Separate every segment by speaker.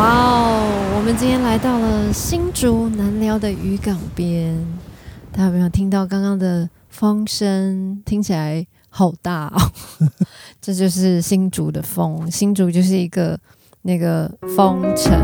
Speaker 1: 哦们今天来到了新竹南寮的渔港边，大家有没有听到刚刚的风声？听起来好大哦！ 这就是新竹的风，新竹就是一个那个风城。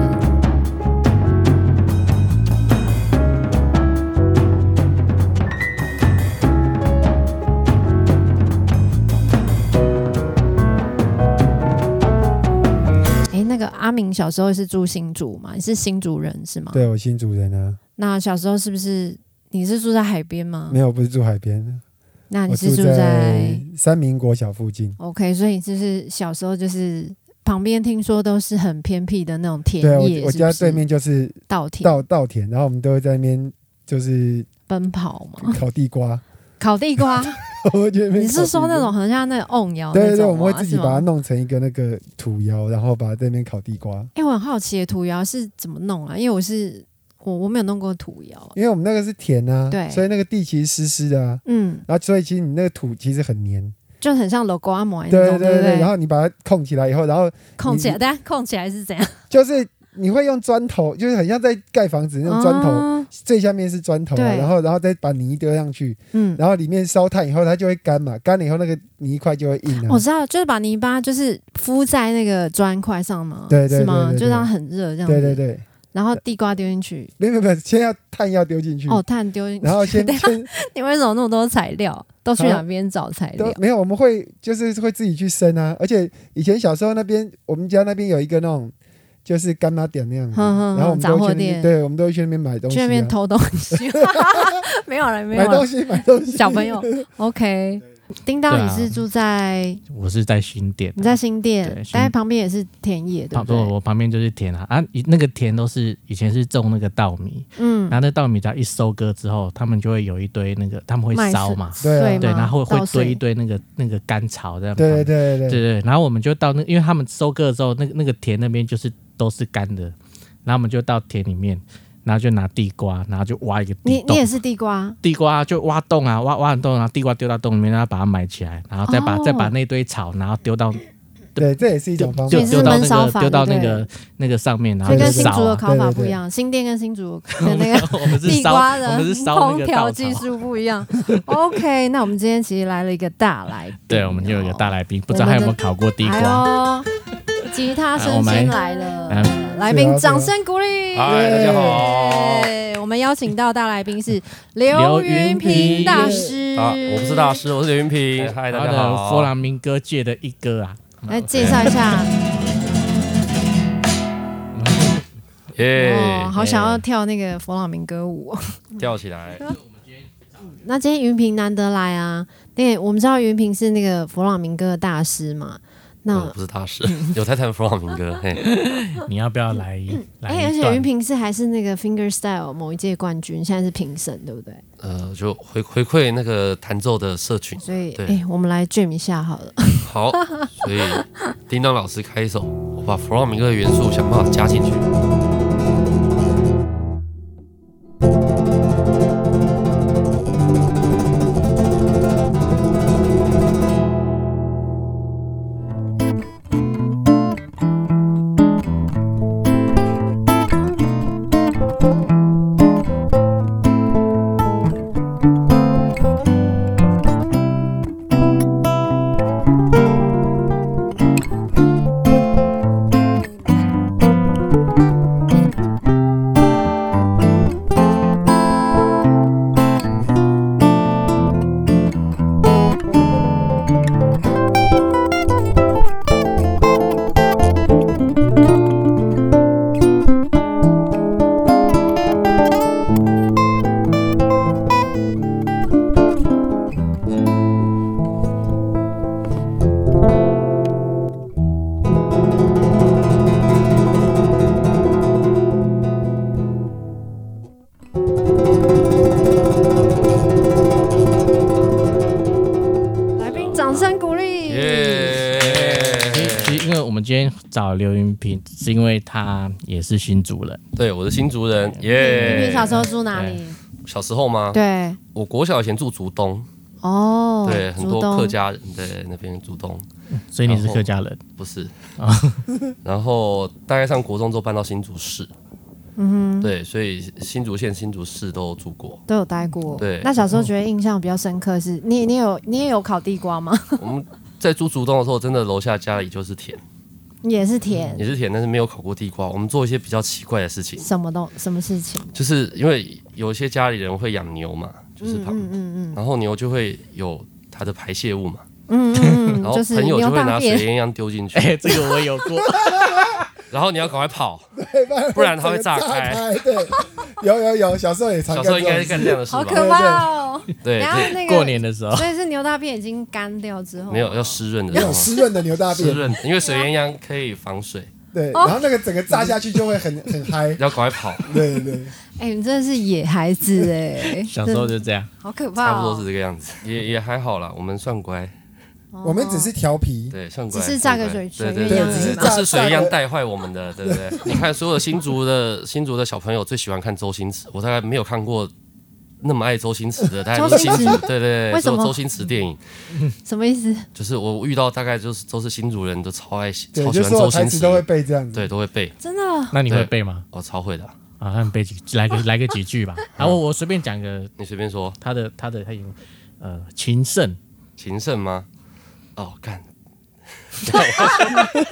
Speaker 1: 诶，那个阿明小时候是住新竹嘛？你是新竹人是吗？
Speaker 2: 对，我新主人啊，
Speaker 1: 那小时候是不是你是住在海边吗
Speaker 2: 没？有，不是住海边，
Speaker 1: 嗯那你
Speaker 2: 我
Speaker 1: 是住
Speaker 2: 住在三民国小附近。
Speaker 1: OK，所以就是小时候就是旁边听说都是很偏僻的那种田
Speaker 2: 对，啊
Speaker 1: 野，
Speaker 2: 我我
Speaker 1: 是不
Speaker 2: 家
Speaker 1: 是
Speaker 2: 对面就是
Speaker 1: 稻田
Speaker 2: 稻稻田，然后我们都会在那边就是
Speaker 1: 奔跑嘛，
Speaker 2: 烤地瓜。
Speaker 1: 烤地瓜。
Speaker 2: 我觉得
Speaker 1: 哦你是说那种？很像那种瓮窑那种
Speaker 2: 对对对，
Speaker 1: 吗
Speaker 2: 我们会自己
Speaker 1: 是吗
Speaker 2: 把它弄成一个那个土窑，然后把它在那边烤地瓜。
Speaker 1: 哎、我很好奇，土窑是怎么弄啊？因为我是我我没有弄过土窑。
Speaker 2: 因为我们那个是田啊，
Speaker 1: 对
Speaker 2: 所以那个地其实湿湿的啊，
Speaker 1: 嗯，
Speaker 2: 然后所以其实你那个土其实很黏，
Speaker 1: 就很像 logo 按摩那
Speaker 2: 对
Speaker 1: 种，
Speaker 2: 对
Speaker 1: 不对？
Speaker 2: 然后你把它控起来以后，然后
Speaker 1: 控起来，
Speaker 2: 你
Speaker 1: 大家控起来是怎样？
Speaker 2: 就是你会用砖头，就是很像在盖房子那种砖头，
Speaker 1: 哦
Speaker 2: 最下面是砖头、啊，
Speaker 1: 对
Speaker 2: 然后然后再把泥丢上去，
Speaker 1: 嗯，
Speaker 2: 然后里面烧炭以后它就会干嘛，干了以后那个泥块就会硬啊
Speaker 1: 我。知道，就是把泥巴就是敷在那个砖块上嘛，
Speaker 2: 对对
Speaker 1: 是吗？
Speaker 2: 对对
Speaker 1: 就
Speaker 2: 对
Speaker 1: 让它很热这样子。
Speaker 2: 对对对，
Speaker 1: 然后地瓜丢进去，
Speaker 2: 没有没有没有，先要炭要丢进去，
Speaker 1: 哦，碳丢进去。
Speaker 2: 嗯然 后先先
Speaker 1: 你为什么那么多材料？都去
Speaker 2: 啊
Speaker 1: 哪边找材料
Speaker 2: 都？没有，我们会就是会自己去生啊，而且以前小时候那边我们家那边有一个那种就是干妈点那样子，
Speaker 1: 哼哼
Speaker 2: 然后我们都
Speaker 1: 杂
Speaker 2: 会
Speaker 1: 货
Speaker 2: 去那边，
Speaker 1: 店
Speaker 2: 对，我们都会去那边买东西、
Speaker 1: 去
Speaker 2: 啊，
Speaker 1: 那边偷东 西？没有人，没
Speaker 2: 买
Speaker 1: 有
Speaker 2: 东
Speaker 1: 人，
Speaker 2: 西买东西，
Speaker 1: 小朋友。OK，叮当，
Speaker 3: 对啊
Speaker 1: 你是住在
Speaker 3: 我是在新店啊，
Speaker 1: 你在新
Speaker 3: 对
Speaker 1: 店，
Speaker 3: 新
Speaker 1: 但是旁边也是田野，对
Speaker 3: 旁
Speaker 1: 不
Speaker 3: 不，
Speaker 1: 对？
Speaker 3: 我旁边就是田啊啊，以那个田都是以前是种那个稻米，
Speaker 1: 嗯
Speaker 3: 然，后那稻米只要一收割之后，他们就会有一堆那个他们
Speaker 1: 麦
Speaker 3: 会
Speaker 1: 穗
Speaker 3: 烧嘛，
Speaker 2: 对啊
Speaker 1: 穗
Speaker 3: 对，
Speaker 1: 吗
Speaker 3: 然后会
Speaker 1: 稻
Speaker 3: 会
Speaker 1: 穗
Speaker 3: 堆一堆那个那个干草这样，
Speaker 2: 对对对对
Speaker 3: 对
Speaker 2: 对，
Speaker 3: 对，然后我们就到那，因为他们收割的时候，那个那个田那边就是都是干的，然后我们就到田里面，然后就拿地瓜，然后就挖一个
Speaker 1: 你
Speaker 3: 地
Speaker 1: 你也
Speaker 3: 洞。
Speaker 1: 是地瓜，
Speaker 3: 地瓜就挖洞啊，挖挖很洞，然后地瓜丢到洞里面，然后把它埋起来，然后再把、
Speaker 1: 哦
Speaker 3: 再把那堆草，然后丢到
Speaker 2: 对，这也是一
Speaker 3: 就
Speaker 2: 种方
Speaker 3: 就
Speaker 2: 法
Speaker 1: 也。是
Speaker 3: 丢到
Speaker 1: 闷烧
Speaker 3: 那
Speaker 1: 法
Speaker 3: 个丢到
Speaker 1: 对
Speaker 3: 那
Speaker 1: 不对
Speaker 3: 个那个上面，然后
Speaker 1: 这
Speaker 2: 对
Speaker 3: 就
Speaker 1: 跟
Speaker 2: 对
Speaker 1: 新
Speaker 2: 对
Speaker 1: 竹
Speaker 3: 烧
Speaker 1: 的
Speaker 3: 啊。
Speaker 1: 烤法
Speaker 2: 对对对
Speaker 1: 不一样，新店跟新竹的那个
Speaker 3: 我们是
Speaker 1: 地
Speaker 3: 烧，
Speaker 1: 瓜
Speaker 3: 我们是
Speaker 1: 的
Speaker 3: 烧那
Speaker 1: 烹
Speaker 3: 个
Speaker 1: 调
Speaker 3: 稻
Speaker 1: 技
Speaker 3: 草。
Speaker 1: 术不一样。OK，那我们今天其实来了一个大来宾哦，
Speaker 3: 对，我们就有一个大来宾，不知
Speaker 1: 我
Speaker 3: 道
Speaker 1: 们
Speaker 3: 还有
Speaker 1: 的
Speaker 3: 没有烤过地
Speaker 1: 哎
Speaker 3: 瓜？
Speaker 1: 呦，吉他
Speaker 3: 哎我
Speaker 1: 声
Speaker 3: 们
Speaker 1: 先来了
Speaker 3: 哎，
Speaker 1: 来宾
Speaker 2: 是啊
Speaker 1: 掌声鼓励。
Speaker 4: 嗨，大家好。
Speaker 1: 耶我们邀请到大来宾是刘云平大师。
Speaker 4: 啊，我不是大。师，我是刘云平。哎嗨，大
Speaker 3: 他
Speaker 4: 家
Speaker 3: 的
Speaker 4: 好。
Speaker 3: 佛朗明哥界的一哥啊，
Speaker 1: 来介绍一下，
Speaker 4: 耶，
Speaker 1: 哦，好想要跳那个佛朗明哥舞。
Speaker 4: 跳起来。
Speaker 1: 那今天云平难得来啊，那我们知道云平是那个佛朗明哥的大师嘛，
Speaker 4: 我
Speaker 1: 那
Speaker 4: 不是 大师，有在弹佛朗明哥。嘿，
Speaker 3: 你要不要 来来
Speaker 1: 哎，而
Speaker 3: 一
Speaker 1: 且云
Speaker 3: 段？
Speaker 1: 平是还是那个 finger style 某一届冠军，现在是评审，对不对？
Speaker 4: 呃，就回回馈那个弹奏的社群。
Speaker 1: 所以
Speaker 4: 对
Speaker 1: 哎，我们来 jam 一下好了。
Speaker 4: 好，所以叮当老师开一首，我把佛朗明哥的元素想办法加进 去。
Speaker 1: 来宾掌声鼓励。
Speaker 4: 耶。
Speaker 3: 其实其实因为我们今天找刘云平，是因为他也是新主人，
Speaker 4: 对，我是新族人。
Speaker 1: 嗯你
Speaker 4: 耶。
Speaker 1: 小时候住哪里？
Speaker 4: 小时候吗？
Speaker 1: 对，
Speaker 4: 我国小以前住竹东，
Speaker 1: 哦，
Speaker 4: 对，很多
Speaker 1: 竹东
Speaker 4: 客家人对那边竹东。
Speaker 3: 所以你是
Speaker 4: 然后
Speaker 3: 哦客家人。
Speaker 1: 啊
Speaker 4: 不是然后大概上国中之后搬到新竹市，
Speaker 1: 嗯哼，
Speaker 4: 对，所以新竹县、新竹市都住过。
Speaker 1: 都有待过。
Speaker 4: 对
Speaker 1: 那小时候觉得印象比较深刻是，你你有你也有烤地瓜吗？
Speaker 4: 我们在住竹东的时候，真的楼下家里就是田，
Speaker 1: 也是甜，
Speaker 4: 也是田，但是没有烤过地瓜。我们做一些比较奇怪的事情，
Speaker 1: 什么东什么事情？
Speaker 4: 就是因为有一些家里人会养牛嘛，就是旁，
Speaker 1: 嗯嗯嗯
Speaker 4: 然后牛就会有它的排泄物嘛，
Speaker 1: 嗯 嗯
Speaker 4: 然
Speaker 1: 嗯，
Speaker 4: 后
Speaker 1: 就是
Speaker 4: 朋友就
Speaker 1: 牛
Speaker 4: 会拿
Speaker 1: 大
Speaker 4: 水
Speaker 1: 便，
Speaker 4: 烟枪丢进 去，
Speaker 3: 哎、这个我有 过，
Speaker 4: 然后你要赶快跑，
Speaker 2: 然
Speaker 4: 不然它会炸
Speaker 2: 开
Speaker 4: 开。。
Speaker 2: 对，有有有，小时候也常
Speaker 4: 小
Speaker 2: 干
Speaker 4: 时候应该
Speaker 2: 这种
Speaker 4: 是干这样的事
Speaker 1: 好
Speaker 4: 吧？
Speaker 1: 可怕哦！
Speaker 4: 对，
Speaker 1: 然后
Speaker 4: 对
Speaker 1: 那个
Speaker 3: 过年的时候，
Speaker 1: 所以是牛大便已经干掉之后，
Speaker 4: 没有要湿润的
Speaker 1: 哦
Speaker 2: 没
Speaker 4: 状
Speaker 2: 有
Speaker 4: 况，
Speaker 2: 湿润的牛大
Speaker 4: 啊湿
Speaker 2: 便，
Speaker 4: 润，哦因为水烟枪可以防水，
Speaker 2: 对，然后那个整个炸下去就会 很很嗨，
Speaker 4: 要赶快跑，
Speaker 1: 哦
Speaker 2: 对对对，
Speaker 1: 哎、你真的是野孩子哎、
Speaker 3: 小时候就这样，
Speaker 1: 好可怕、哦，
Speaker 4: 差不多是这个样子，也也还好啦，我们算乖，哦
Speaker 1: 哦
Speaker 2: 我们只是调皮，
Speaker 4: 对，算
Speaker 1: 嗯
Speaker 4: 乖，
Speaker 1: 只是炸个
Speaker 4: 算乖
Speaker 1: 水
Speaker 4: 对
Speaker 1: 水
Speaker 4: 对对
Speaker 1: 鸳鸯
Speaker 4: 对
Speaker 1: 而已啊
Speaker 4: 对
Speaker 1: 嘛
Speaker 4: 那是水鸳鸯带坏我们的，对不对？ 你看，所有新竹的新竹的小朋友最喜欢看周星驰，我大概没有看过那么爱周星驰的，大概
Speaker 1: 周
Speaker 4: 是
Speaker 1: 星
Speaker 4: 新
Speaker 1: 驰
Speaker 4: 竹，对对对，
Speaker 1: 为什么
Speaker 4: 所有周星驰电影，
Speaker 1: 什么意思？
Speaker 4: 就是我遇到大概就是都是新竹人都超爱
Speaker 2: 对，
Speaker 4: 超喜
Speaker 2: 就
Speaker 4: 欢
Speaker 2: 所有
Speaker 4: 周
Speaker 2: 台
Speaker 4: 星
Speaker 2: 词都会
Speaker 4: 驰，
Speaker 2: 背这样子，
Speaker 4: 对，都会背，
Speaker 1: 真的哦
Speaker 3: 那你会
Speaker 4: 对
Speaker 3: 背吗？
Speaker 4: 我超会的，
Speaker 3: 啊，他们背几来个来个几句 吧。然后我随便讲个
Speaker 4: 你随便说，
Speaker 3: 他的他的他有呃情圣，
Speaker 4: 情圣吗？哦， 干，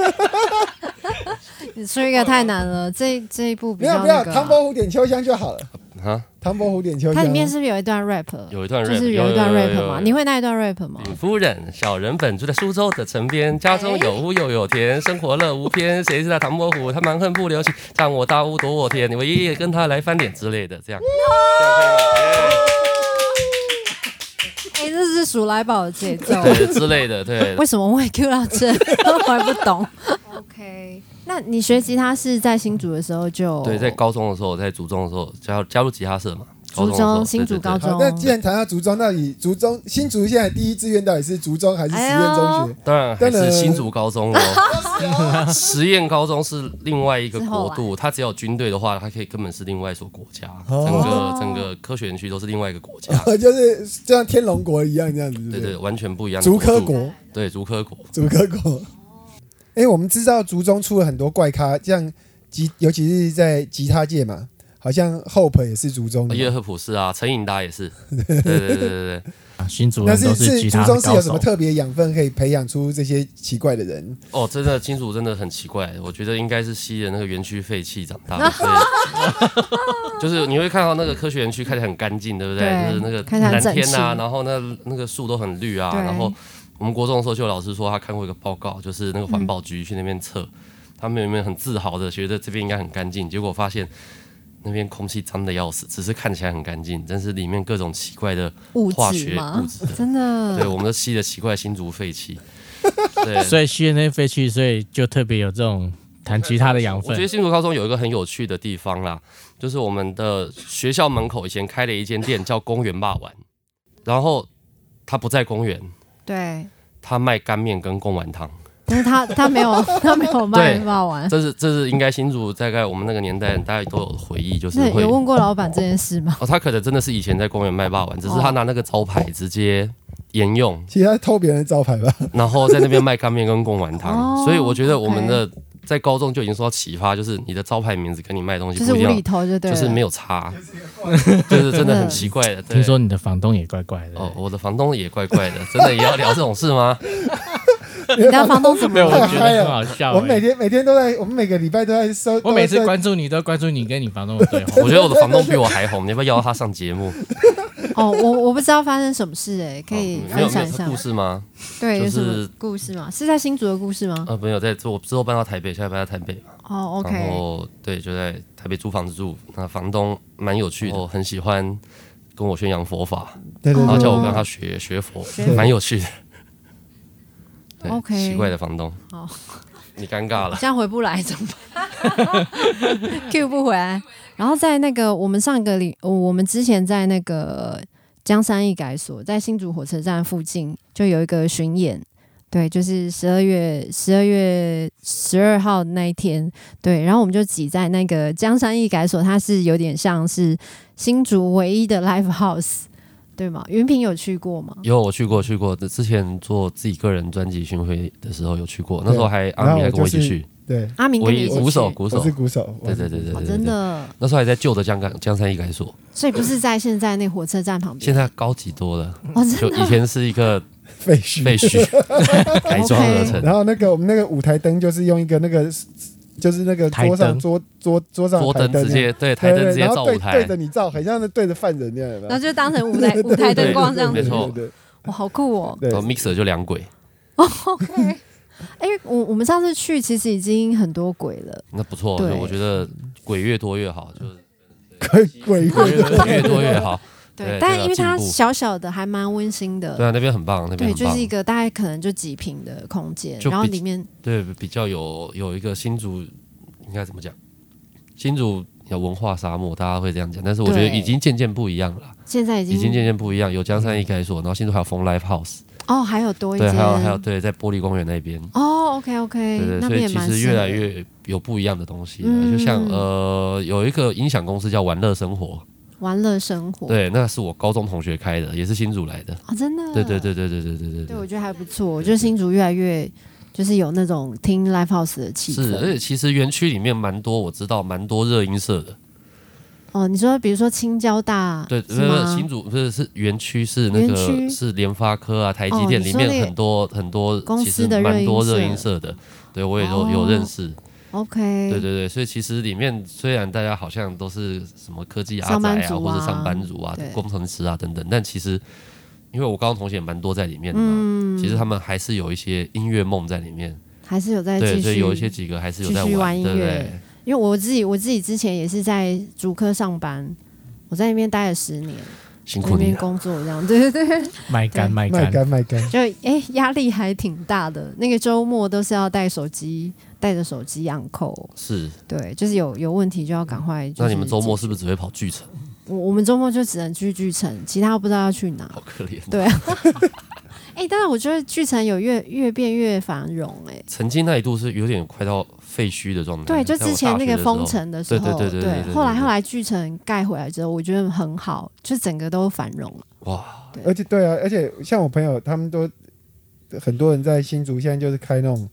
Speaker 1: 你出一个太难了，这这一部比
Speaker 2: 没有
Speaker 1: 较
Speaker 2: 没有，
Speaker 1: 那个啊、
Speaker 2: 唐伯虎点秋香就好了，
Speaker 4: 啊，
Speaker 2: 唐伯虎点秋
Speaker 1: 它
Speaker 2: 香，
Speaker 1: 里面是不是有一段 rap？
Speaker 4: 有一段 rap，
Speaker 1: 就是有一段
Speaker 4: 有有有
Speaker 1: rap
Speaker 4: 有
Speaker 1: 嘛？
Speaker 4: 有
Speaker 1: 你会那一段 rap 吗？
Speaker 4: 禀夫人，小人本住在苏州的城边，家中有屋又有田，生活乐无边。谁知道唐伯虎他蛮横不留情，占我大屋夺我田，你我爷爷跟他来翻脸之类的，
Speaker 1: 嗯
Speaker 4: 这样。这样可以
Speaker 1: 哎、这是鼠来宝的节奏，
Speaker 4: 吗对之类的，对
Speaker 1: 为。什么我会 Q 到这？我还不懂。OK，那你学吉他是在新竹的时候就
Speaker 4: 对，在高中的时候，在竹中的时候加入加入吉他社嘛，高
Speaker 1: 竹
Speaker 4: 中的时候
Speaker 1: 中新竹
Speaker 4: 对对对
Speaker 1: 高中
Speaker 2: 好，，那既然谈到竹中，那你竹中新竹现在第一志愿到底是竹中还是实验中学？
Speaker 4: 当然还是新竹高中哦。 实验高中是另外一个国
Speaker 1: 是后啊
Speaker 4: 度，它只有军队的话，它可以根本是另外一所国家，
Speaker 2: 哦
Speaker 4: 整个整个科学园区都是另外一个国家，
Speaker 2: 呃，就是就像天龙国一样这样子，对不
Speaker 4: 对哎对，
Speaker 2: 对？
Speaker 4: 完全不一样的
Speaker 2: 竹
Speaker 4: 国度。
Speaker 2: 科国，
Speaker 4: 对竹科国，
Speaker 2: 竹科国。哎，我们知道竹中出了很多怪咖，像吉，尤其是在吉他界嘛，好像 Hope 也是竹中
Speaker 1: 嗯
Speaker 2: 的
Speaker 4: 耶
Speaker 2: 嘛。
Speaker 4: 赫普是啊，陈颖达也是， 对对对对对，
Speaker 3: 啊新竹
Speaker 2: 那
Speaker 3: 人
Speaker 2: 是
Speaker 3: 都吉
Speaker 2: 是竹
Speaker 3: 他
Speaker 2: 中
Speaker 3: 的
Speaker 2: 是
Speaker 3: 高
Speaker 2: 有什么
Speaker 3: 手。
Speaker 2: 特别养分可以培养出这些奇怪的人？
Speaker 4: 哦，真的金属真的很奇怪，我觉得应该是吸了那个园区废气长大的，所以 就是你会看到那个科学园区看起来很干净，对不对？
Speaker 1: 对
Speaker 4: 就是那个
Speaker 1: 看起来很
Speaker 4: 蓝
Speaker 1: 整
Speaker 4: 天啊，
Speaker 1: 齐
Speaker 4: 然后那那个树都很绿啊，
Speaker 1: 对
Speaker 4: 然后我们国中的时候就有老师说他看过一个报告，就是那个环保局去那边
Speaker 1: 嗯
Speaker 4: 测，他们有没有很自豪的觉得这边应该很干净，结果发现。那边空气脏的要死，只是看起来很干净，但是里面各种奇怪的
Speaker 1: 物
Speaker 4: 化
Speaker 1: 质
Speaker 4: 学
Speaker 1: 吗
Speaker 4: 物？质的
Speaker 1: 真的
Speaker 4: 对，我们都吸了奇怪的新竹废 气。对，
Speaker 3: 所以 CNA 废弃，所以就特别有这种弹吉他的养
Speaker 4: 我觉得
Speaker 3: 分。
Speaker 4: 新竹高中有一个很有趣的地方啦，就是我们的学校门口以前开了一间店叫公园霸丸，然后他不在公园，
Speaker 1: 对，
Speaker 4: 他卖干面跟贡丸汤。
Speaker 1: 但是他他没 有他没有卖
Speaker 4: 对
Speaker 1: 骂完。
Speaker 4: 这是这是应该新竹大概我们那个年代大家都有回忆，就是
Speaker 1: 那
Speaker 4: 会
Speaker 1: 有问过老板这件事吗？
Speaker 4: 哦，他可能真的是以前在公园卖霸丸，
Speaker 1: 哦
Speaker 4: 只是他拿那个招牌直接沿用，
Speaker 2: 其实他偷别人的招牌吧？
Speaker 4: 然后在那边卖干面跟贡丸汤，
Speaker 1: 哦
Speaker 4: 所以我觉得我们的在高中就已经受到启发，就是你的招牌名字跟你卖的东西
Speaker 1: 就是
Speaker 4: 不
Speaker 1: 无
Speaker 4: 一样
Speaker 1: 厘，头就对了，
Speaker 4: 就是没有差， 就是真的很奇怪的。对
Speaker 3: 听说你的房东也怪怪的，
Speaker 4: 哦，我的房东也怪怪的，真的也要聊这种事吗？
Speaker 1: 你家房东怎么
Speaker 3: 对，我
Speaker 1: 了？
Speaker 3: 觉得很好笑
Speaker 2: 哎我们每
Speaker 3: 欸。
Speaker 2: 天每天都在，我们每个礼拜都在收，
Speaker 3: 我每
Speaker 2: 都
Speaker 3: 次
Speaker 2: 在
Speaker 3: 关注你，都关注你跟你房东的对话。
Speaker 4: 我觉得我的房东比我还红，你要不要邀他上节目？
Speaker 1: 哦，我我不知道发生什么事哎、可以
Speaker 4: 哦没
Speaker 1: 分
Speaker 4: 有没
Speaker 1: 享
Speaker 4: 有
Speaker 1: 一
Speaker 4: 这
Speaker 1: 下
Speaker 4: 故。事吗？
Speaker 1: 对，有
Speaker 4: 就
Speaker 1: 什么
Speaker 4: 是
Speaker 1: 故事吗？是在新竹的故事吗？
Speaker 4: 呃，没有，在我之后搬到台北，下在搬到台北嘛。
Speaker 1: 哦
Speaker 4: 呃
Speaker 1: 嗯
Speaker 4: 然
Speaker 1: ，OK，
Speaker 4: 后对，就在台北租房子住，那房东蛮有趣的，
Speaker 1: 哦
Speaker 4: 我很喜欢跟我宣扬佛法，
Speaker 1: 嗯
Speaker 2: 对对
Speaker 4: 然后
Speaker 2: 对，
Speaker 4: 叫我跟他学学佛，蛮有趣的。对
Speaker 1: OK 哦
Speaker 4: 奇怪的房东，
Speaker 1: 好
Speaker 4: 你尴尬了。
Speaker 1: 这样回不来怎么办 ？Q 不回来。然后在那个我们上个礼，我们之前在那个江山一改所，在新竹火车站附近就有一个巡演，对，就是十二月十二月十二号那一天，对，然后我们就挤在那个江山一改所，它是有点像是新竹唯一的 live house，对吗？云平有去过吗？
Speaker 4: 有我去过，去过。之前做自己个人专辑巡回的时候有去过，那时候还
Speaker 2: 啊然
Speaker 4: 阿
Speaker 2: 后
Speaker 4: 米还
Speaker 2: 我
Speaker 4: 跟我
Speaker 2: 就
Speaker 4: 一起
Speaker 2: 是
Speaker 4: 去。
Speaker 2: 对，
Speaker 1: 阿明
Speaker 4: 我
Speaker 1: 跟你
Speaker 4: 一
Speaker 1: 一起
Speaker 4: 鼓手，
Speaker 1: 去
Speaker 4: 鼓手
Speaker 2: 我，是鼓手，
Speaker 4: 对对对对
Speaker 1: 哦
Speaker 4: 对，
Speaker 1: 真
Speaker 4: 对。
Speaker 1: 的，
Speaker 4: 那时候还在旧的江港江山医改 所，
Speaker 1: 所以不是在现在那火车站旁
Speaker 4: 现
Speaker 1: 边，
Speaker 4: 在高级多了。
Speaker 1: 哦，真
Speaker 4: 就
Speaker 1: 的
Speaker 4: 以前是一个
Speaker 2: 废墟。
Speaker 4: 废 墟改装而成，
Speaker 2: 然后那个我们那个舞台灯就是用一个那个，就是那个桌
Speaker 3: 台
Speaker 2: 上
Speaker 3: 灯
Speaker 2: 桌桌桌上
Speaker 4: 桌
Speaker 2: 的台
Speaker 4: 灯直
Speaker 2: 啊
Speaker 4: 接对台
Speaker 2: 对
Speaker 4: 灯
Speaker 2: 对
Speaker 4: 直接
Speaker 2: 然
Speaker 4: 照
Speaker 2: 后对
Speaker 4: 舞
Speaker 2: 对
Speaker 4: 台，
Speaker 2: 着你照，很像是对着犯人那样有没有
Speaker 1: 然后就当成舞台舞台灯光这样
Speaker 4: 没
Speaker 1: 子，
Speaker 4: 错
Speaker 2: 对对
Speaker 1: 哇，好酷哦！
Speaker 2: 对
Speaker 4: 然后 mixer 就两轨，
Speaker 1: 哎，我我们上次去其实已经很多鬼了，
Speaker 4: 那不错，
Speaker 1: 对
Speaker 4: 就我觉得鬼越多越好， 就是
Speaker 2: 对，鬼鬼
Speaker 4: 鬼越越多越好。对
Speaker 1: 但
Speaker 4: 这个
Speaker 1: 因为它
Speaker 4: 进步
Speaker 1: 小小的，还蛮温馨
Speaker 4: 对
Speaker 1: 的，
Speaker 4: 啊，那边很棒，那边
Speaker 1: 对，
Speaker 4: 很
Speaker 1: 就
Speaker 4: 棒
Speaker 1: 是一，个大概可能就几平的空间，
Speaker 4: 就比
Speaker 1: 然后里面
Speaker 4: 对，比较有有一个新竹应该怎么讲？新竹有文化沙漠，大家会这样讲，但是我觉得
Speaker 1: 对
Speaker 4: 已经渐渐不一样了，
Speaker 1: 现在已
Speaker 4: 已经渐
Speaker 1: 经
Speaker 4: 渐不一样。有江山一开所，然后新竹还有风 live house，
Speaker 1: 哦，还有多一
Speaker 4: 对，
Speaker 1: 间，
Speaker 4: 还有还有对，在玻璃公园那边，
Speaker 1: 哦，OK OK，
Speaker 4: 对对，
Speaker 1: 那
Speaker 4: 所
Speaker 1: 边
Speaker 4: 以
Speaker 1: 也
Speaker 4: 其
Speaker 1: 蛮
Speaker 4: 实
Speaker 1: 适合
Speaker 4: 越
Speaker 1: 的
Speaker 4: 来越有不一样的东西了，
Speaker 1: 嗯
Speaker 4: 就像呃，有一个音响公司叫玩乐生活，
Speaker 1: 玩乐生活，
Speaker 4: 对，那是我高中同学开的，也是新竹来的，
Speaker 1: 啊，真的，
Speaker 4: 对对对对对对对
Speaker 1: 对，我
Speaker 4: 对。
Speaker 1: 觉得还不错。我觉得新竹越来越就是有那种听 live house 的气
Speaker 4: 是，而
Speaker 1: 氛。
Speaker 4: 且其实园区里面蛮多，我知道蛮多热音社的。
Speaker 1: 哦，你说比如说青交大，
Speaker 4: 对，
Speaker 1: 是
Speaker 4: 不是不
Speaker 1: 吗
Speaker 4: 是新竹，不是是园区，是那
Speaker 1: 园区
Speaker 4: 个是联发科啊、台积
Speaker 1: 哦
Speaker 4: 电
Speaker 1: 你
Speaker 4: 里
Speaker 1: 说那个
Speaker 4: 面很多很多，
Speaker 1: 公
Speaker 4: 其
Speaker 1: 司
Speaker 4: 实
Speaker 1: 的热音
Speaker 4: 蛮多热音
Speaker 1: 社
Speaker 4: 社的。对，我也
Speaker 1: 哦
Speaker 4: 有有认识。
Speaker 1: ，OK，
Speaker 4: 对对对，所以其实里面虽然大家好像都是什么科技阿
Speaker 1: 上
Speaker 4: 宅
Speaker 1: 班
Speaker 4: 啊，
Speaker 1: 族
Speaker 4: 或
Speaker 1: 啊
Speaker 4: 者上班族啊
Speaker 1: 对、
Speaker 4: 工程师啊等等，但其实因为我高中同学也蛮多在里面的嘛，
Speaker 1: 嗯
Speaker 4: 其实他们还是有一些音乐梦在里面。
Speaker 1: 还是有在
Speaker 4: 对，
Speaker 1: 继
Speaker 4: 所以
Speaker 1: 续
Speaker 4: 有一些几个还是有在
Speaker 1: 继续玩音
Speaker 4: 对不
Speaker 1: 乐
Speaker 4: 对？
Speaker 1: 因为我自己我自己之前也是在竹科上班，我在那边待了十年，
Speaker 4: 辛
Speaker 1: 在
Speaker 4: 苦
Speaker 1: 那
Speaker 4: 你
Speaker 1: 边
Speaker 4: 了。
Speaker 1: 工作这样， 对对对，
Speaker 3: 卖干卖
Speaker 2: 卖
Speaker 3: 干，
Speaker 2: 干卖干，
Speaker 1: 就哎压力还挺大的。那个周末都是要带手机，带着手机按扣，
Speaker 4: 是，
Speaker 1: 对，就是有有问题就要赶快、就是。
Speaker 4: 那你们周末是不是只会跑巨城？
Speaker 1: 我我们周末就只能去巨城，其他不知道要去哪。
Speaker 4: 好可怜。哦
Speaker 1: 对啊，哎、但是我觉得巨城有越越变越繁荣哎、
Speaker 4: 曾经那一度是有点快到废墟的状态。
Speaker 1: 对，就
Speaker 4: 嗯在我
Speaker 1: 之前
Speaker 4: 大
Speaker 1: 那
Speaker 4: 学
Speaker 1: 个
Speaker 4: 的时
Speaker 1: 封
Speaker 4: 候，
Speaker 1: 城的时候，
Speaker 4: 对对对对对对对
Speaker 1: 后来后来巨城盖回来之后，我觉得很好，就整个都繁荣了。
Speaker 4: 哇，
Speaker 2: 而且对啊，而且像我朋友他们都很多人在新竹现在就是开那种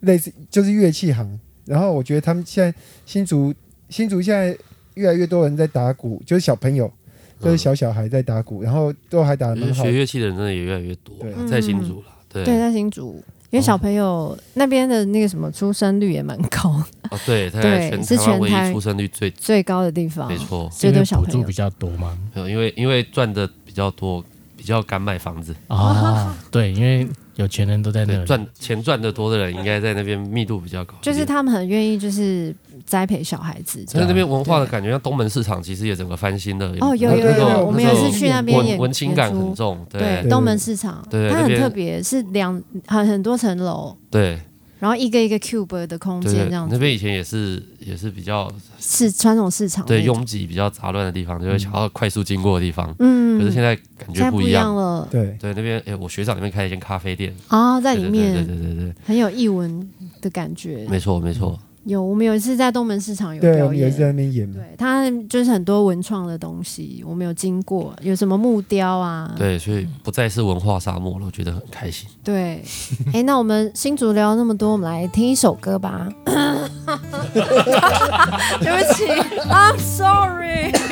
Speaker 2: 类似就是乐器行，然后我觉得他们现在新竹新竹现在越来越多人在打鼓，就是小朋友。就是小小孩在打鼓，然后都还打得蛮好
Speaker 4: 嗯学
Speaker 2: 的。
Speaker 4: 乐器的人真的也越来越多
Speaker 2: 对，
Speaker 4: 在新竹了。对
Speaker 1: 嗯
Speaker 4: 哦
Speaker 1: 对，在新竹。因为小朋友那边的那个什么出生率也蛮高，
Speaker 4: 哦，对，大
Speaker 1: 对
Speaker 4: 概全
Speaker 1: 是
Speaker 4: 台湾
Speaker 1: 全
Speaker 4: 唯
Speaker 1: 台哦
Speaker 4: 一出生率最
Speaker 1: 最高的地方，
Speaker 4: 没错，
Speaker 1: 所
Speaker 3: 因
Speaker 1: 以
Speaker 3: 为
Speaker 1: 都是小
Speaker 3: 补
Speaker 1: 朋
Speaker 3: 助
Speaker 1: 友
Speaker 3: 比。较多 嘛。
Speaker 4: 没有因为因为赚的比较多，比较敢买房子，
Speaker 3: 啊，对，因为有钱人都在那
Speaker 4: 对，
Speaker 3: 里，
Speaker 4: 赚钱赚的多的人应该在那边密度比较高一
Speaker 1: 就
Speaker 4: 点，
Speaker 1: 是他们很愿意就是栽培小孩子这
Speaker 4: 在
Speaker 1: 样，
Speaker 4: 那边文化的感觉，像东门市场其实也整个翻新了，
Speaker 1: 哦，有
Speaker 2: 对
Speaker 1: 有
Speaker 2: 对对
Speaker 1: 有，我们也
Speaker 2: 那
Speaker 1: 是
Speaker 2: 时候
Speaker 1: 去那边
Speaker 4: 文
Speaker 1: 演
Speaker 4: 文青感
Speaker 1: 演出
Speaker 4: 很重，
Speaker 1: 对，
Speaker 4: 对
Speaker 1: 东门市场，
Speaker 4: 对
Speaker 1: 它
Speaker 4: 那
Speaker 1: 很
Speaker 4: 边
Speaker 1: 特别，是两很很多层楼，
Speaker 4: 对
Speaker 1: 然后一个一个 cube 的空
Speaker 4: 对
Speaker 1: 间
Speaker 4: 对，
Speaker 1: 这样
Speaker 4: 那
Speaker 1: 子，
Speaker 4: 边以前也是也是比较
Speaker 1: 是传统市场那
Speaker 4: 对
Speaker 1: 种，
Speaker 4: 拥挤比较杂乱的地方，就会想要快速经过的地方，
Speaker 1: 嗯，
Speaker 4: 可是现在感
Speaker 1: 现
Speaker 4: 觉
Speaker 1: 在
Speaker 4: 不
Speaker 1: 不一
Speaker 4: 一样
Speaker 1: 样。了
Speaker 2: 对，
Speaker 4: 对，那边哎，我学长那边开了一间咖啡店，
Speaker 1: 哦，在
Speaker 4: 对
Speaker 1: 里
Speaker 4: 对对对
Speaker 1: 面
Speaker 4: 对对对，
Speaker 1: 很有译文的感觉
Speaker 4: 对，没错没错，
Speaker 1: 有我们有一次在东门市场有
Speaker 2: 对，我
Speaker 1: 表
Speaker 2: 们也是在
Speaker 1: 演。
Speaker 2: 那边演。
Speaker 1: 对，它就是很多文创的东西，我们有经过，有什么木雕啊？
Speaker 4: 对，所以不再是文化沙漠了，我觉得很开心。
Speaker 1: 对， 哎、那我们新竹聊了那么多，我们来听一首歌吧。 对不起，I'm sorry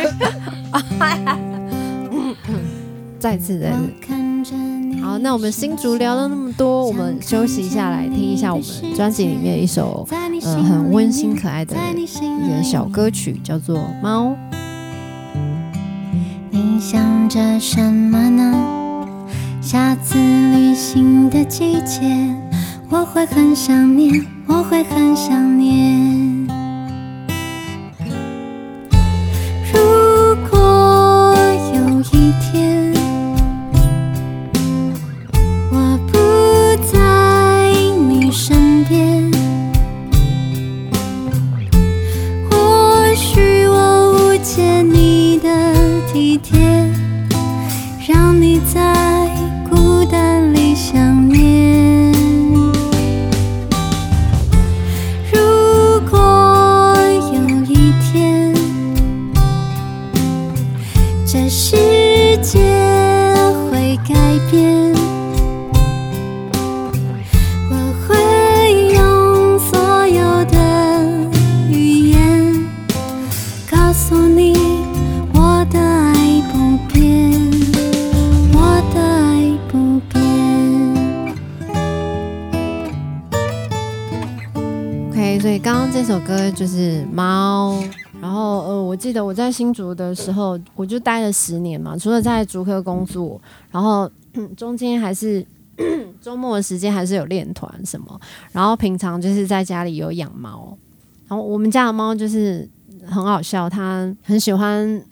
Speaker 1: 再次的，好，那我们新竹聊了那么多，我们休息一下，来听一下我们专辑里面一首嗯、呃很温馨可爱的一个小歌曲，叫做《猫》。
Speaker 5: 你想着什么呢？下次旅行的季节，我会很想念，我会很想念。如果有一天，我不在你身边。或许我误解你的体贴，让你在孤单里想念。如果有一天，这世界会改变。我会用所有
Speaker 1: OK，所以刚刚这首歌就是猫。然后呃，我记得我在新竹的时候，我就待了十年嘛，除了在竹科工作，然后、嗯中间还是 周末的时间还是有练团什么，然后平常就是在家里有养猫。然后我们家的猫就是很好笑，它很喜欢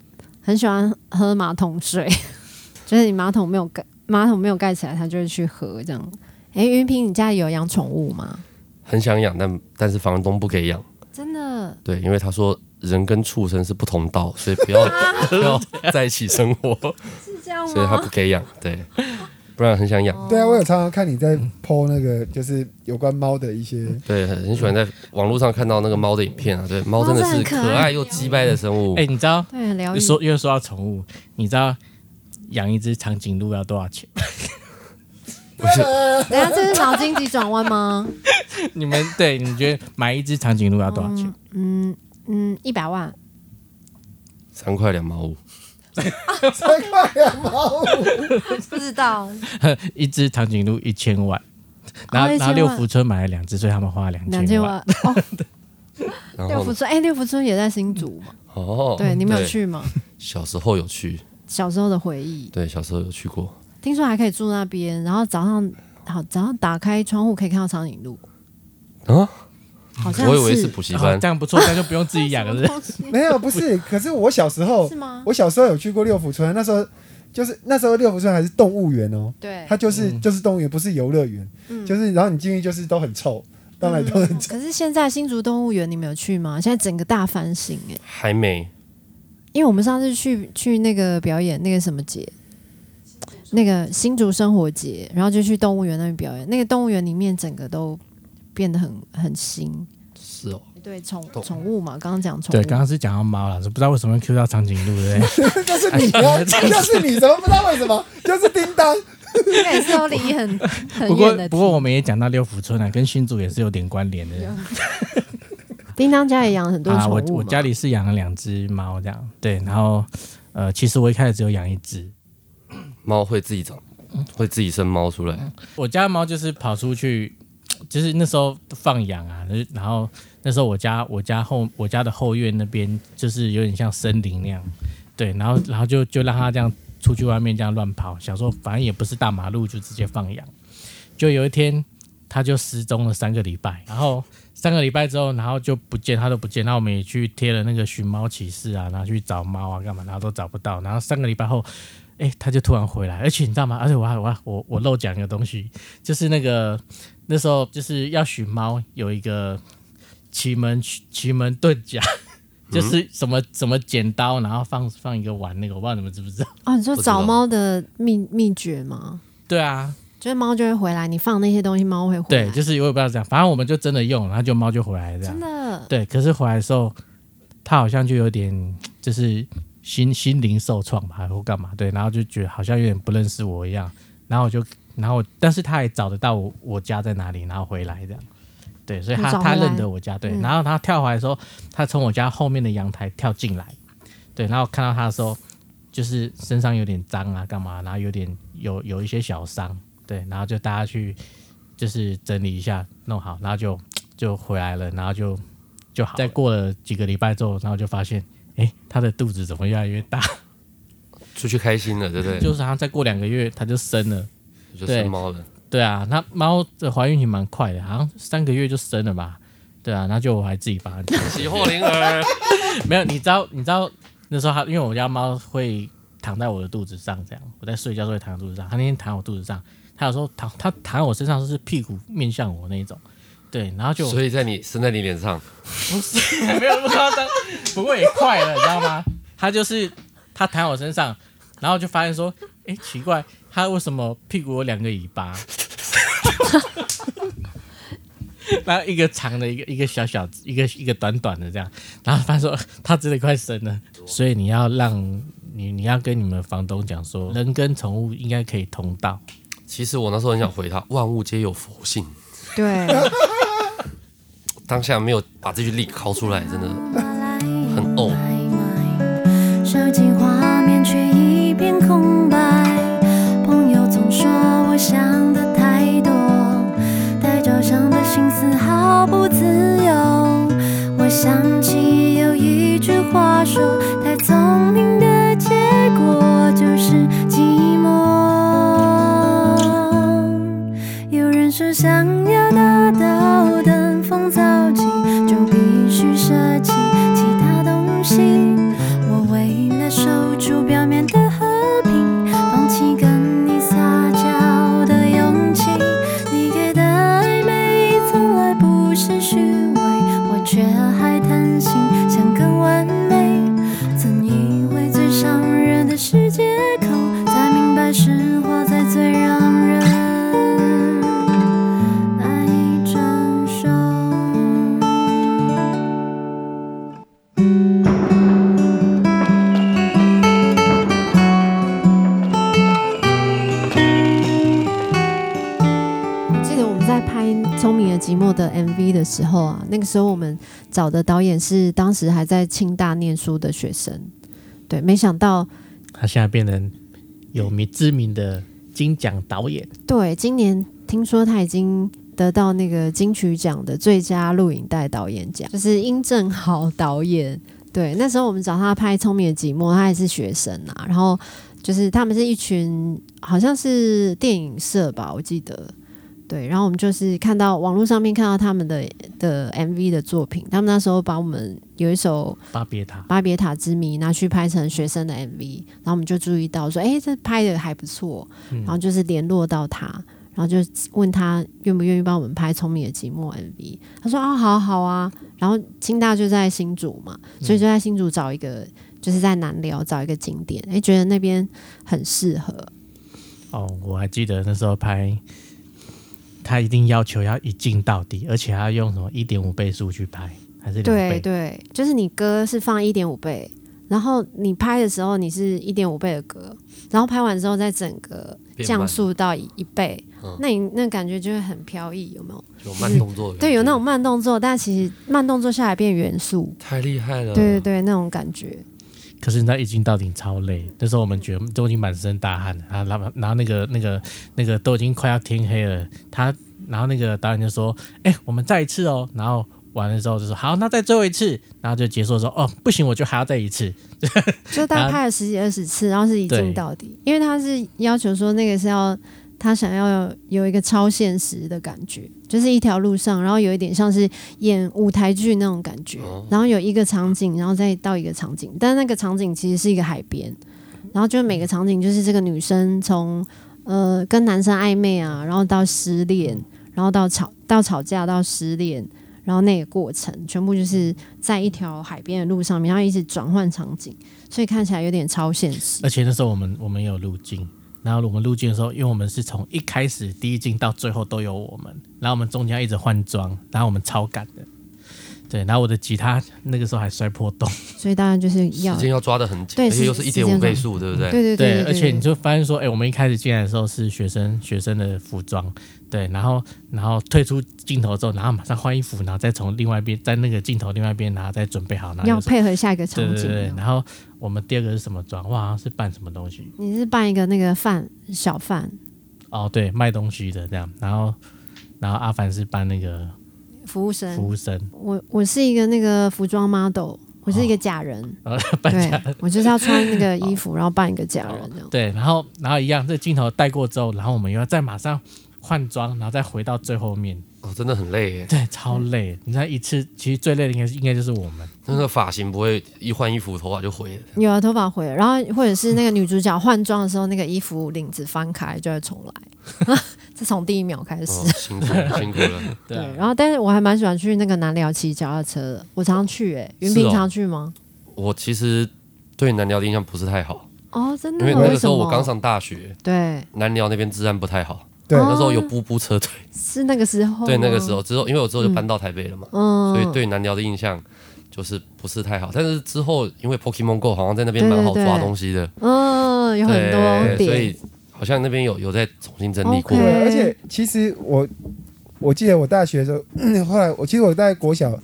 Speaker 1: 很喜欢喝马桶水， 就是你马桶没有盖马桶没有盖起来，它就会去喝这样。哎，云平，你家里有养宠物吗？
Speaker 4: 很想养，但但是房东不给养，
Speaker 1: 真的，
Speaker 4: 对，因为他说人跟畜生是不同道，所以不 要不要在一起生活，
Speaker 1: 是这样
Speaker 4: 所以他不给养，对，不然很想
Speaker 1: 哦
Speaker 4: 养，
Speaker 2: 对啊，我有常常看你在剖那个，就是有关猫的一些。
Speaker 4: 对，很很喜欢在网络上看到那个猫的影片啊，对，猫真的
Speaker 1: 猫真
Speaker 4: 是
Speaker 1: 的很可爱
Speaker 4: 可爱又鸡掰的生物，
Speaker 3: 哎、你知道
Speaker 1: 对，很疗愈。
Speaker 3: 说又说到宠物，你知道养一只长颈鹿要多少钱？
Speaker 4: 不是
Speaker 1: 等一下这是脑筋急转弯吗？
Speaker 3: 你们对你觉得买一只长颈鹿要多少钱？
Speaker 1: 嗯嗯，一百万，
Speaker 4: 三块两毛五，
Speaker 2: 三块两毛五，
Speaker 1: 不知道。
Speaker 3: 一只长颈鹿一千万，然后、
Speaker 1: 一千
Speaker 3: 然
Speaker 1: 万
Speaker 3: 后六福村买了两只，所以他们花了两
Speaker 1: 两千
Speaker 3: 万。
Speaker 1: 万哦，
Speaker 4: 然
Speaker 1: 六
Speaker 4: 后
Speaker 1: 福
Speaker 4: 呢
Speaker 1: 村哎，六福村也在新竹嘛？
Speaker 4: 哦，
Speaker 1: 对，你们有？去吗？
Speaker 4: 小时候有去，
Speaker 1: 小时候的回忆，
Speaker 4: 对，小时候有去过，
Speaker 1: 听说还可以住那边，然后早上好早上打开窗户可以看到长颈鹿，
Speaker 4: 啊，
Speaker 1: 好像哦
Speaker 4: 我以为是补习
Speaker 3: 哦
Speaker 4: 班
Speaker 3: 这，样不错，这样就不用自己养了。 是不是
Speaker 2: 没有，不是。可是我小时候
Speaker 1: 是，吗？
Speaker 2: 我小时候有去过六福村，那时候就是那时候六福村还是动物园哦，
Speaker 1: 对
Speaker 2: 它，就是、就是动物园，不是游乐园，
Speaker 1: 嗯
Speaker 2: 就是然后你进去就是都很臭，当然都很臭。
Speaker 1: 可是现在新竹动物园你们有去吗？现在整个大翻新哎，
Speaker 4: 还没，
Speaker 1: 因为我们上次去去那个表演，那个什么节，那个新竹生活节，然后就去动物园那边表演。那个动物园里面整个都变得很很新，
Speaker 4: 是哦，
Speaker 1: 对宠
Speaker 4: 动
Speaker 1: 宠物嘛，刚刚讲宠
Speaker 3: 对，
Speaker 1: 物，
Speaker 3: 刚刚是讲到猫了，是不知道为什么 Q 到长颈鹿，对不对？ 哎
Speaker 2: 就是你啊，就是你，怎么不知道为什么？ 就是叮当，
Speaker 1: 应该也是有离 很很
Speaker 3: 不
Speaker 1: 远
Speaker 3: 过
Speaker 1: 的。
Speaker 3: 不过我们也讲到六福村啊，跟新竹也是有点关联的。
Speaker 1: 叮当家也养很多
Speaker 3: 啊，
Speaker 1: 宠
Speaker 3: 我
Speaker 1: 物
Speaker 3: 我
Speaker 1: 嘛，
Speaker 3: 家里是养了两只猫这样，对，然后呃，其实我一开始只有养一只，
Speaker 4: 猫会自己长，会自己生猫出来，
Speaker 3: 我家的猫就是跑出去，就是那时候放养啊，就是然后那时候我家我家后我家的后院那边就是有点像森林那样，对，然后然后就就让它这样出去外面这样乱跑，想说反正也不是大马路，就直接放养。就有一天它就失踪了三个礼拜，然后三个礼拜之后，然后就不见它都不见，然后我们也去贴了那个寻猫启事啊，然后去找猫啊干嘛，然后都找不到，然后三个礼拜后。哎、它就突然回来，而且你知道吗？而且我还我还我我漏讲一个东西，就是那个那时候就是要寻猫，有一个奇门奇门遁甲，就是什么什么剪刀，然后放放一个碗那个，我不知道你们知不知道？
Speaker 1: 哦，你说
Speaker 4: 不知道
Speaker 1: 找猫的秘秘诀吗？
Speaker 3: 对啊，
Speaker 1: 就是猫就会回来，你放那些东西，猫会回来。
Speaker 3: 对，就是我也不知道这样，反正我们就真的用，然后就猫就回来了这样。
Speaker 1: 真的，
Speaker 3: 对，可是回来的时候，它好像就有点就是心心灵受创吧，或干嘛？对，然后就觉得好像有点不认识我一样，然后我就然后但是它也找得到我我家在哪里，然后回来这样。对，所以
Speaker 1: 你
Speaker 3: 他
Speaker 1: 找回
Speaker 3: 他认
Speaker 1: 来
Speaker 3: 得我家，对，
Speaker 1: 嗯
Speaker 3: 然后他跳回来的时候，他从我家后面的阳台跳进来，对，然后看到他的时候，就是身上有点脏啊，干嘛，然后有点有有一些小伤，对，然后就大家去就是整理一下，弄好，然后就就回来了，然后就就好了。再过了几个礼拜之后，然后就发现，哎，他的肚子怎么越来越大？
Speaker 4: 出去开心了，对不 对？
Speaker 3: 就是好像再过两个月他就生了。
Speaker 4: 就生猫了，
Speaker 3: 对啊，那猫的怀孕期蛮快的，好像三个月就生了吧？对啊，那就我还自己把它
Speaker 4: 喜获麟儿，
Speaker 3: 没有，你知道，你知道那时候它，因为我家猫会躺在我的肚子上，这样我在睡觉都会躺在肚子上。它那天躺我肚子上，它有时候躺，它躺在我身上就是屁股面向我那一种，对，然后就
Speaker 4: 所以在你生在你脸上，
Speaker 3: 不是没有那么夸张，不过也快了，你知道吗？它就是它躺我身上，然后就发现说，哎、奇怪，它为什么屁股有两个尾巴？ 然后一个长的，一个一个小小，一个一个短短的这样。然后他说他真的快生了，所以你要让你你要跟你们房东讲说，人跟宠物应该可以同道。
Speaker 4: 其实我那时候很想回他，万物皆有佛性，
Speaker 1: 对，
Speaker 4: 当下没有把这句力抠出来，真的
Speaker 5: 很
Speaker 4: 很呕
Speaker 5: 手机画面却一片空白，朋友总说我想的太多，带着伤的心思毫不自由。想起有一句话说，太聪明的结果就是寂寞。有人说，想要达到登峰造极，就必须舍弃其他东西。我为了守住表面的和平，放弃跟你撒娇的勇气。你给的暧昧从来不是虚伪，我却还贪心想更完美。曾以为最伤人的是借口，才明白是活才最让人难以承受。
Speaker 1: 记得我们在拍《聪明的寂寞》的 MV 的时候啊，那个时候我们找的导演是当时还在清大念书的学生，对，没想到
Speaker 3: 他现在变成有名知名的金奖导演，
Speaker 1: 对，今年听说他已经得到那个金曲奖的最佳录影带导演奖，就是殷正豪导演。对，那时候我们找他拍《聪明的寂寞》，他还是学生啊。然后就是他们是一群，好像是电影社吧，我记得。对，然后我们就是看到网络上面看到他们的的 MV 的作品，他们那时候把我们有一首
Speaker 3: 巴别塔
Speaker 1: 《巴别塔之谜》拿去拍成学生的 MV，然后我们就注意到说，哎，这拍的还不错，然后就是联络到他，然后就问他愿不愿意帮我们拍《聪明的寂寞》MV，他说啊、好啊好啊，然后清大就在新竹嘛，所以就在新竹找一个，就是在南寮找一个景点，哎，觉得那边很适合，
Speaker 3: 哦，我还记得那时候拍，他一定要求要一镜到底，而且他用什么一点五倍速去拍，还是两
Speaker 1: 对
Speaker 3: 倍？
Speaker 1: 对，就是你歌是放一点五倍，然后你拍的时候你是一点五倍的歌，然后拍完之后再整个
Speaker 4: 变
Speaker 1: 降
Speaker 4: 慢
Speaker 1: 速到一一倍
Speaker 4: 嗯，
Speaker 1: 那你那感觉就会很飘逸，有没有？
Speaker 4: 有慢动作的感觉，
Speaker 1: 对，有那种慢动作，但其实慢动作下来变元素，
Speaker 4: 太厉害了，
Speaker 1: 对对对，那种感觉。
Speaker 3: 可是那一镜到底超累，那时候我们觉得都已经满身大汗了，然后然后然后那个那个那个都已经快要天黑了，他然后那个导演就说：“哎、我们再一次哦。”然后完了之后就说：“好，那再最后一次。”然后就结束说：“哦，不行，我就还要再一次。
Speaker 1: 就大
Speaker 3: 啊
Speaker 1: 概拍了十几二十次，然后是一
Speaker 3: 对
Speaker 1: 镜到底，因为他是要求说那个是要他想要有有一个超现实的感觉，就是一条路上，然后有一点像是演舞台剧那种感觉，然后有一个场景，然后再到一个场景，但那个场景其实是一个海边，然后就每个场景就是这个女生从呃跟男生暧昧啊，然后到失恋，
Speaker 3: 嗯
Speaker 1: 然后到吵到吵架到失恋。然后那个过程全部就是在一条海边的路上面，然后一直转换场景，所以看起来有点超现”实。
Speaker 3: 而且那时候我们我们有入镜，然后我们入镜的时候，因为我们是从一开始第一镜到最后都有我们，然后我们中间一直换装，然后我们超赶的。对，然后我的吉他那个时候还摔破洞。
Speaker 1: 所以大家就是要
Speaker 4: 时间要抓得很紧，
Speaker 1: 对
Speaker 4: 而且又
Speaker 1: 时
Speaker 4: 是一
Speaker 1: 时间
Speaker 4: 点五倍
Speaker 1: 抓
Speaker 4: 速，对不对？
Speaker 1: 对对对，
Speaker 3: 而且你
Speaker 1: 就
Speaker 3: 就发现说，哎、我们一开始进来的时候是学生学生的服装，对，然后然后退出镜头之后，然后马上换衣服，然后再从另外一边在那个镜头另外一边，然后再准备好，然后
Speaker 1: 要
Speaker 3: 就是
Speaker 1: 配合下一个
Speaker 3: 对
Speaker 1: 场
Speaker 3: 对
Speaker 1: 景。
Speaker 3: 对，然后我们第二个是什么妆？我好像是扮什么东西
Speaker 1: 你是办一个那个饭小饭
Speaker 3: 哦，对，卖东西的这样，然后然后阿凡是扮那个
Speaker 1: 服务
Speaker 3: 服
Speaker 1: 生，
Speaker 3: 务生，
Speaker 1: 我我是一个那个服装 model，我是一个假人，
Speaker 3: 然后哦扮哦
Speaker 1: 对我就是要穿那个衣 服，然后扮一个假人这样。
Speaker 3: 对，然后然后一样，这镜头带过之后，然后我们又要再马上换装，然后再回到最后面，
Speaker 4: 哦，真的很累耶。
Speaker 3: 对，超累。你看一次，其实最累的应该是应该就是我们。
Speaker 4: 那个发型不会一换衣服头发就毁了，
Speaker 1: 有啊，头发回了，然后或者是那个女主角换装的时候，那个衣服领子翻开就会重来， 这从第一秒开始
Speaker 4: 哦。，辛苦了，辛苦了。
Speaker 3: 对啊
Speaker 1: 然后但是我还蛮喜欢去那个南寮骑脚踏车的，我常去诶、云
Speaker 4: 是
Speaker 1: 平
Speaker 4: 哦
Speaker 1: 常去吗？
Speaker 4: 我其实对南寮的印象不是太好，
Speaker 1: 哦，真
Speaker 4: 因
Speaker 1: 的？
Speaker 4: 为那
Speaker 1: 为
Speaker 4: 个时
Speaker 1: 什
Speaker 4: 候
Speaker 1: 么？
Speaker 4: 我刚上大学，
Speaker 1: 对，
Speaker 4: 南寮那边治安不太好，
Speaker 2: 对
Speaker 1: 哦
Speaker 4: 那时候有步步车队，
Speaker 1: 是那个时候，
Speaker 4: 对，那个时，候之后，因为我之后就搬到台北了嘛，
Speaker 1: 哦嗯，
Speaker 4: 所以对南寮的印象就是不是太好。但是之后因为 Pokemon Go 好像在那边
Speaker 1: 对
Speaker 4: 蛮好
Speaker 1: 对对
Speaker 4: 抓东西的，
Speaker 1: 嗯，有很多
Speaker 4: 对，所以
Speaker 1: 点，
Speaker 4: 好像那边有有在重新整理过。
Speaker 1: OK
Speaker 2: 对，而且其实我我记得我大学的时候，嗯后来我其实我在国小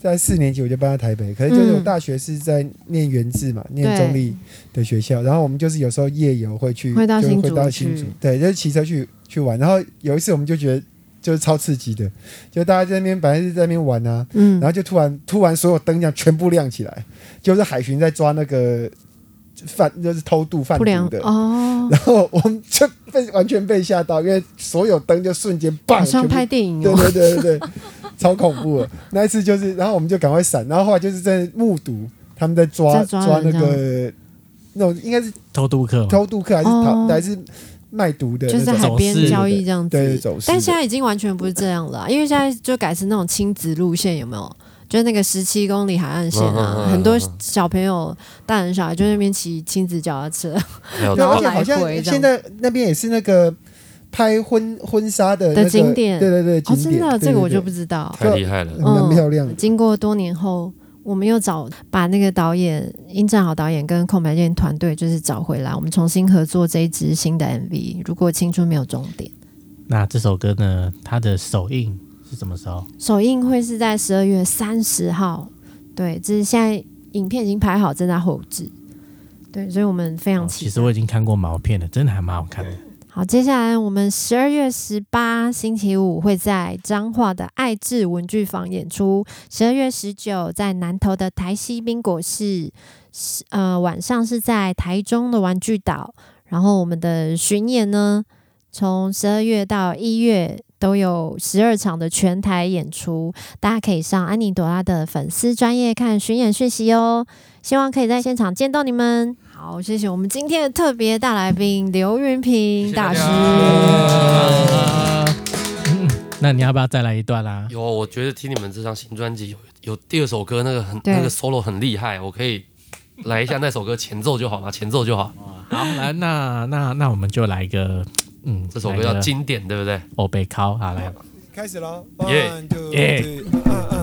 Speaker 2: 在四年级我就搬到台北，可是就是我
Speaker 1: 嗯
Speaker 2: 大学是在念原治嘛，念
Speaker 1: 对
Speaker 2: 中立的学校，然后我们就是有时候夜游会去，
Speaker 1: 会到
Speaker 2: 就
Speaker 1: 新
Speaker 2: 会
Speaker 1: 竹
Speaker 2: 到新
Speaker 1: 去
Speaker 2: 竹，对，就是骑车去去玩。然后有一次我们就觉得就是超刺激的，就大家在那边本来是在那边玩啊，
Speaker 1: 嗯
Speaker 2: 然后就突然突然所有灯这样全部亮起来，就是海巡在抓那个贩就是偷渡贩
Speaker 1: 不良
Speaker 2: 毒的，
Speaker 1: 哦，
Speaker 2: 然后我们就被完全被吓到，因为所有灯就瞬间
Speaker 1: 好
Speaker 2: 棒，全
Speaker 1: 像
Speaker 2: 部
Speaker 1: 拍电影
Speaker 2: 对
Speaker 1: 哦，
Speaker 2: 对对对对，超恐怖的。那一次就是，然后我们就赶快闪，然后后来就是在目睹他们在抓
Speaker 1: 在抓
Speaker 2: 抓
Speaker 1: 人
Speaker 2: 那
Speaker 1: 这
Speaker 2: 个那种应该是
Speaker 3: 偷渡客嘛，
Speaker 2: 偷渡客还是逃、
Speaker 1: 哦
Speaker 2: 还是卖毒的
Speaker 1: 就
Speaker 2: 那
Speaker 1: 是在
Speaker 2: 种，
Speaker 1: 海边
Speaker 3: 走私
Speaker 1: 交易这样子。
Speaker 2: 对对走私的
Speaker 1: 但现在已经完全不是这样了啊、因为现在就改成那种亲子路线，有没有？就是那个十七公里海岸线
Speaker 4: 嗯嗯
Speaker 1: 啊
Speaker 4: 嗯，嗯
Speaker 1: 很多小朋友、大人、小孩就在那边骑亲子脚踏车，
Speaker 4: 还有
Speaker 2: 对，而
Speaker 1: 然后
Speaker 2: 且
Speaker 1: 来
Speaker 2: 好
Speaker 1: 回
Speaker 2: 像
Speaker 1: 这
Speaker 2: 现
Speaker 1: 样
Speaker 2: 在那边也是那个拍婚婚纱的、那个、
Speaker 1: 的景点
Speaker 2: 对对对，
Speaker 1: 哦，
Speaker 2: 景
Speaker 1: 真
Speaker 2: 点。
Speaker 1: 的，这个我就不嗯
Speaker 2: 知
Speaker 1: 知道。
Speaker 4: 太厉害了，
Speaker 2: 蛮漂亮的。
Speaker 1: 经过多年后，我们又找把那个导演殷正豪导演跟空白键团队就是找回来，我们重新合作这一支新的 MV。如果青春没有终点，
Speaker 3: 那这首歌呢，它的首映是什么时候？
Speaker 1: 首映会是在十二月三十号，对，这是现在影片已经拍好，正在后置，对，所以我们非常
Speaker 3: 哦
Speaker 1: 期
Speaker 3: 其
Speaker 1: 待。
Speaker 3: 实我已经看过毛片了，真的还蛮好看的。
Speaker 1: 好，接下来我们十二月十八星期五会在彰化的爱智文具坊演出，十二月十九在南投的台西冰果室，是呃晚上是在台中的玩具岛，然后我们的巡演呢，从十二月到一月。都有十二场的全台演出，大家可以上安妮朵拉的粉丝专业看巡演讯息哦。希望可以在现场见到你们。好，谢谢我们今天的特别大来宾刘云平大师。
Speaker 3: 啊嗯那你要不要再来一段啊啦、
Speaker 4: 有，啊我觉得听你们这张新专辑有有第二首歌那个很
Speaker 1: 对
Speaker 4: 那个 solo 很厉害，我可以来一下那首歌前奏就好吗？前奏就好，
Speaker 3: 好，来，那那那我们就来一个，嗯，
Speaker 4: 这首
Speaker 3: 来
Speaker 4: 歌
Speaker 3: 一个
Speaker 4: 叫经典，对不对？
Speaker 3: 欧贝考，好来，
Speaker 2: 开始喽
Speaker 4: 耶
Speaker 2: two,
Speaker 3: 耶
Speaker 2: three，嗯嗯